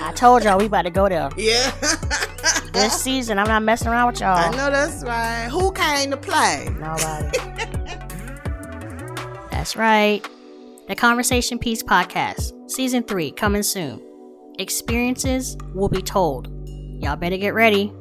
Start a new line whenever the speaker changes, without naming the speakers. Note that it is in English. I told y'all we about to go there.
Yeah.
This season, I'm not messing around with
I
y'all.
know that's right. Who came to play?
Nobody. That's right. The Conversation Piece Podcast, Season 3, coming soon. Experiences will be told. Y'all better get ready.